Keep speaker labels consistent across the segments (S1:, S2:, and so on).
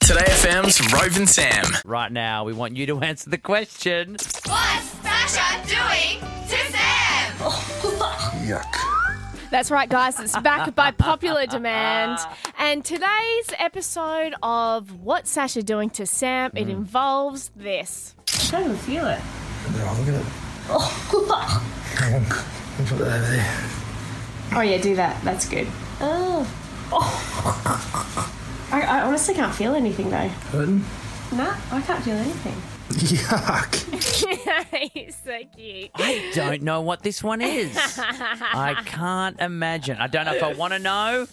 S1: Today FM's Rove and Sam.
S2: Right now, we want you to answer the question.
S3: What's Sasha doing to Sam?
S4: That's right, guys. It's back by popular demand. And today's episode of What's Sasha Doing to Sam, it
S2: Mm.
S4: involves this.
S5: I don't feel it.
S6: Oh, look at it. Hang on. Let me put that over there.
S5: Oh yeah, do that. That's good. Oh. oh. I, I honestly can't feel anything though.
S6: Hurting?
S5: Nah, I can't feel anything.
S6: Yuck.
S4: He's so cute.
S2: I don't know what this one is. I can't imagine. I don't know if I want to know.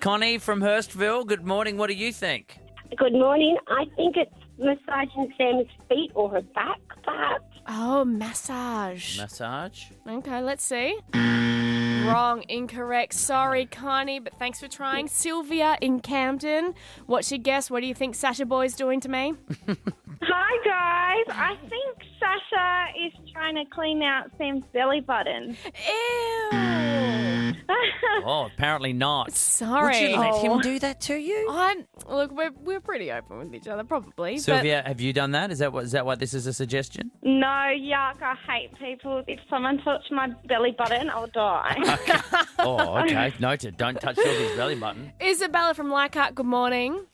S2: Connie from Hurstville, good morning. What do you think?
S7: Good morning. I think it's massaging Sam's feet or her back, perhaps.
S4: Oh, massage.
S2: Massage?
S4: Okay, let's see. Wrong, incorrect. Sorry, Connie, but thanks for trying. Sylvia in Camden. What's your guess? What do you think Sasha Boy's doing to me?
S8: Hi guys, I think Sasha is trying to clean out Sam's belly button.
S2: Mm.
S4: Ew.
S2: Oh, apparently not.
S4: Sorry.
S2: Would you let him do that to you?
S4: I'm look, we're we're pretty open with each other, probably.
S2: Sylvia, have you done that? Is that what is that why this is a suggestion?
S8: No, yuck, I hate people. If someone touched my belly button, I'll die.
S2: Oh, okay. Noted. Don't touch Sylvia's belly button.
S4: But Isabella from Leichhardt, good morning.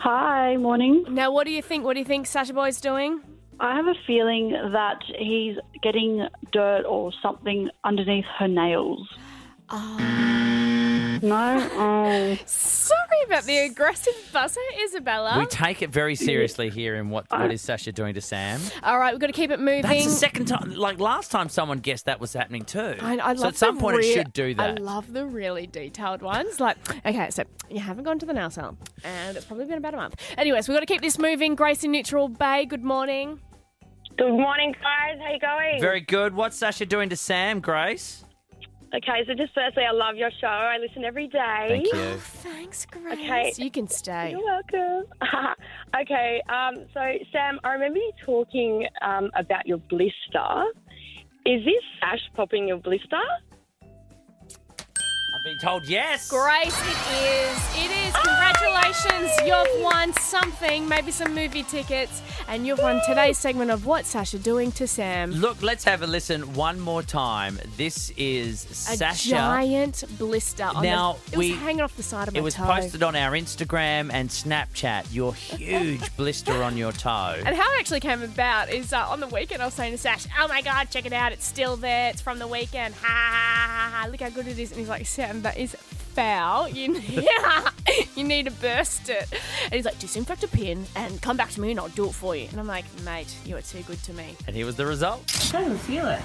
S9: Hi, morning.
S4: Now what do you think? What do you think Sasha Boy's doing?
S9: I have a feeling that he's getting dirt or something underneath her nails. No? Oh.
S4: Sorry about the aggressive buzzer, Isabella.
S2: We take it very seriously here in what, what is Sasha doing to Sam.
S4: All right, we've got to keep it moving.
S2: That's the second time. Like last time, someone guessed that was happening too.
S4: I, I love
S2: so at some
S4: the
S2: point,
S4: rea-
S2: it should do that.
S4: I love the really detailed ones. Like, okay, so you haven't gone to the nail salon, and it's probably been about a month. Anyways, we've got to keep this moving. Grace in Neutral Bay, good morning.
S8: Good morning, guys. How you going?
S2: Very good. What's Sasha doing to Sam, Grace?
S8: okay, so just firstly, I love your show. I listen every day.
S2: Thank you.
S4: Thanks, Grace.
S8: Okay.
S4: You can stay.
S8: You're welcome. okay, um, so Sam, I remember you talking um, about your blister. Is this Sash popping your blister?
S2: I've been told yes.
S4: Grace, it is. It is. Congratulations. You've won something, maybe some movie tickets, and you've won today's segment of What's Sasha Doing to Sam?
S2: Look, let's have a listen one more time. This is
S4: A
S2: Sasha.
S4: giant blister. On
S2: Now,
S4: the, it
S2: we-
S4: was hanging off the side of my
S2: it was
S4: toe.
S2: posted on our Instagram and Snapchat. Your huge blister on your toe.
S4: And how it actually came about is uh, on the weekend I was saying to Sash, "Oh my god, check it out! It's still there. It's from the weekend. Ha ha ha! ha. Look how good it is!" And he's like, "Sam, that is foul. You need, you need to burst it." And he's like, "Disinfect a pin and come back to me, and I'll do it for you." And I'm like, "Mate, you are too good to me."
S2: And here was the result.
S5: I don't feel it.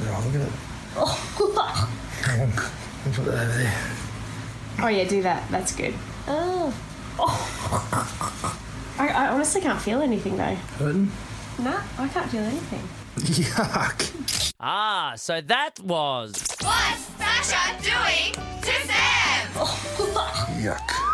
S6: Oh, look at it. Hang on. Let me put that over there.
S5: Oh yeah, do that. That's good. Oh. Oh. I, I honestly can't feel anything though.
S6: Hurting?
S5: Nah, I can't feel anything.
S6: Yuck.
S2: Ah, so that was
S3: What's Sasha doing to Sam?
S6: Yuck.